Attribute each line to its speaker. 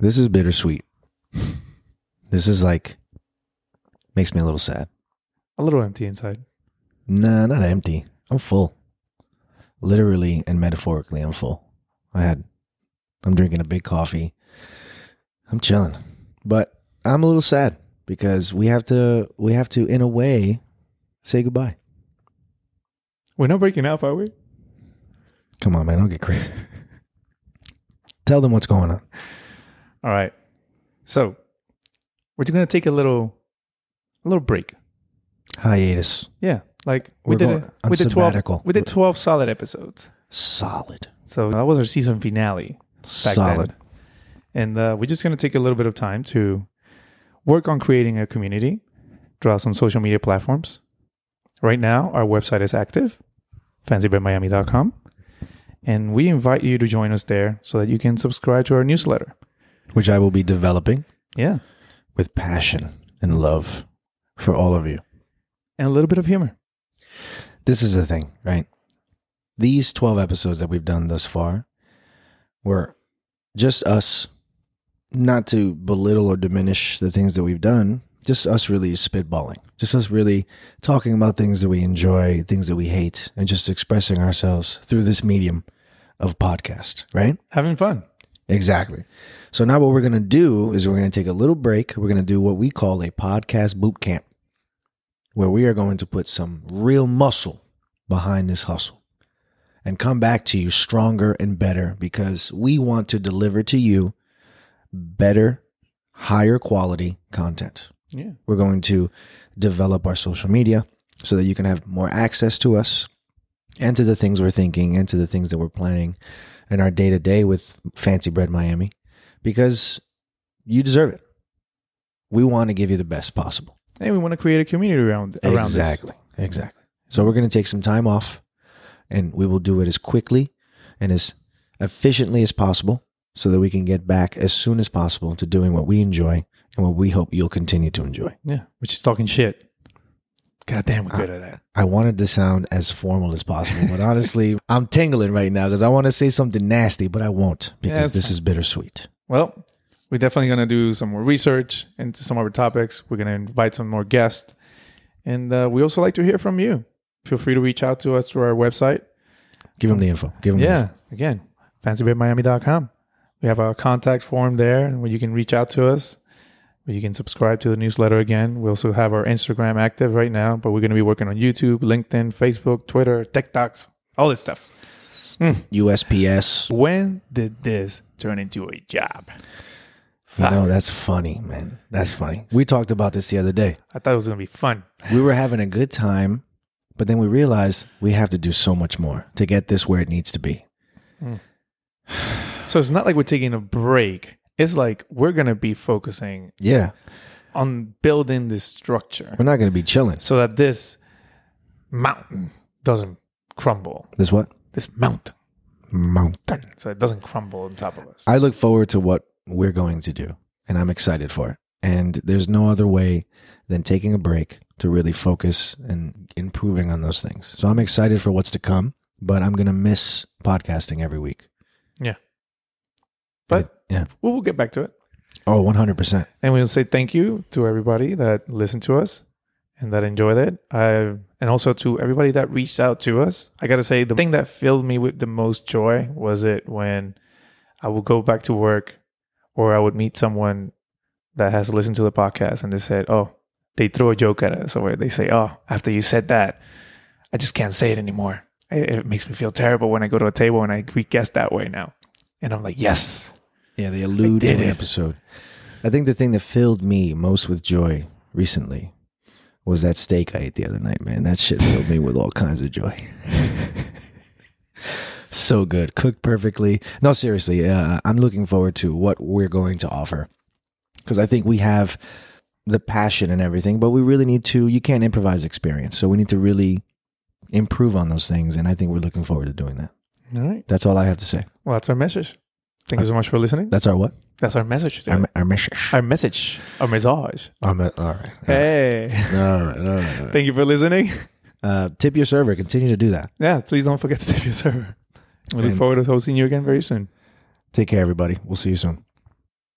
Speaker 1: This is bittersweet. this is like makes me a little sad.
Speaker 2: A little empty inside.
Speaker 1: Nah, not empty. I'm full. Literally and metaphorically, I'm full. I had, I'm drinking a big coffee. I'm chilling, but I'm a little sad because we have to, we have to, in a way, say goodbye.
Speaker 2: We're not breaking up, are we?
Speaker 1: Come on, man, don't get crazy. Tell them what's going on.
Speaker 2: All right. So we're just gonna take a little, a little break.
Speaker 1: Hiatus,
Speaker 2: Yeah, like
Speaker 1: We're
Speaker 2: we did.
Speaker 1: going
Speaker 2: a-
Speaker 1: on
Speaker 2: we did
Speaker 1: sabbatical.
Speaker 2: twelve. We did twelve solid episodes.
Speaker 1: solid,
Speaker 2: So that was our season finale. back then.
Speaker 1: solid.
Speaker 2: And uh, we're just going to take a little bit of time to work on creating a community through us on social media platforms. Right now, our website is active, fancybearmiami.com. And we invite you to join us there so that you can subscribe to our newsletter.
Speaker 1: Which I will be developing
Speaker 2: Yeah.
Speaker 1: with passion and love for all of you.
Speaker 2: And a little bit of humor.
Speaker 1: this is the thing, right? These 12 episodes that we've done thus far were just us, not to belittle or diminish the things that we've done, just us really spitballing, just us really talking about things that we enjoy, things that we hate, and just expressing ourselves through this medium of podcast, right?
Speaker 2: Having fun.
Speaker 1: Exactly. So now what we're going to do is we're going to take a little break. We're going to do what we call a podcast boot camp, where we are going to put some real muscle behind this hustle and come back to you stronger and better because we want to deliver to you better, higher quality content.
Speaker 2: Yeah.
Speaker 1: We're going to develop our social media so that you can have more access to us and to the things we're thinking and to the things that we're planning in our day to day with Fancy Bread Miami because you deserve it. We want to give you the best possible.
Speaker 2: And we want to create a community around, around this.
Speaker 1: exactly. Exactly. So we're going to take some time off and we will do it as quickly and as efficiently as possible so that we can get back as soon as possible to doing what we enjoy and what we hope you'll continue to enjoy.
Speaker 2: Yeah. Which is talking shit. God damn, we're good at that.
Speaker 1: I wanted to sound as formal as possible, but honestly, I'm tingling right now because I want to say something nasty, but I won't because
Speaker 2: that's
Speaker 1: this is bittersweet.
Speaker 2: Well, we're definitely going to do some more research into some of our topics. We're going to invite some more guests. And uh, we also like to hear from you. Feel free to reach out to us through our website.
Speaker 1: Give them the info. Give them
Speaker 2: Yeah. Again, fancybaitmiami.com. We have our contact form there where you can reach out to us. where You can subscribe to the newsletter again. We also have our Instagram active right now, but we're going to be working on YouTube, LinkedIn, Facebook, Twitter, TikToks, all this stuff.
Speaker 1: the info. USPS.
Speaker 2: When did this turn into a job?
Speaker 1: You know, that's funny, man. That's funny. We talked about this the other day.
Speaker 2: I thought it was going to be fun.
Speaker 1: We were having a good time, but then we realized we have to do so much more to get this where it needs to be.
Speaker 2: So it's not like we're taking a break. It's like we're going to be focusing
Speaker 1: Yeah.
Speaker 2: on building this structure
Speaker 1: We're not going to be chilling.
Speaker 2: so that this mountain doesn't crumble.
Speaker 1: This what?
Speaker 2: This mountain.
Speaker 1: Mountain.
Speaker 2: So it doesn't crumble on top of us.
Speaker 1: I look forward to what we're going to do, and I'm excited for it. And there's no other way than taking a break to really focus and improving on those things. So I'm excited for what's to come, but I'm going to miss podcasting every week.
Speaker 2: Yeah. But-
Speaker 1: yeah.
Speaker 2: Well, we'll get back to it.
Speaker 1: Oh, 100%.
Speaker 2: And we'll say thank you to everybody that listened to us and that enjoyed it. I, and also to everybody that reached out to us. I got to say, the thing that filled me with the most joy was it when I would go back to work or I would meet someone that has listened to the podcast and they said, oh, they throw a joke at us or they say, oh, after you said that, I just can't say it anymore. It, it makes me feel terrible when I go to a table and I guess that way now. And I'm like, yes.
Speaker 1: Yeah, they allude to
Speaker 2: did
Speaker 1: an
Speaker 2: it.
Speaker 1: episode. I think the thing that filled me most with joy recently was that steak I ate the other night, man. That shit filled me with all kinds of joy. so good, cooked perfectly. No, seriously, uh, I'm looking forward to what we're going to offer because I think we have the passion and everything, but we really need to. You can't improvise experience, so we need to really improve on those things, and I think we're looking forward to doing that.
Speaker 2: All right. Uh,
Speaker 1: That's all I have to say.
Speaker 2: Well, that's our message. Thank you so much for listening.
Speaker 1: That's our what?
Speaker 2: That's our message. Today.
Speaker 1: Our, our message.
Speaker 2: Our message. Our message.
Speaker 1: Our me- all right.
Speaker 2: Hey.
Speaker 1: All right, all right.
Speaker 2: Thank you for listening.
Speaker 1: Uh, tip your server. Continue to do that.
Speaker 2: Yeah, please don't forget to tip your server. We look
Speaker 1: And-
Speaker 2: forward to hosting you again very soon.
Speaker 1: Take care, everybody. We'll see you soon.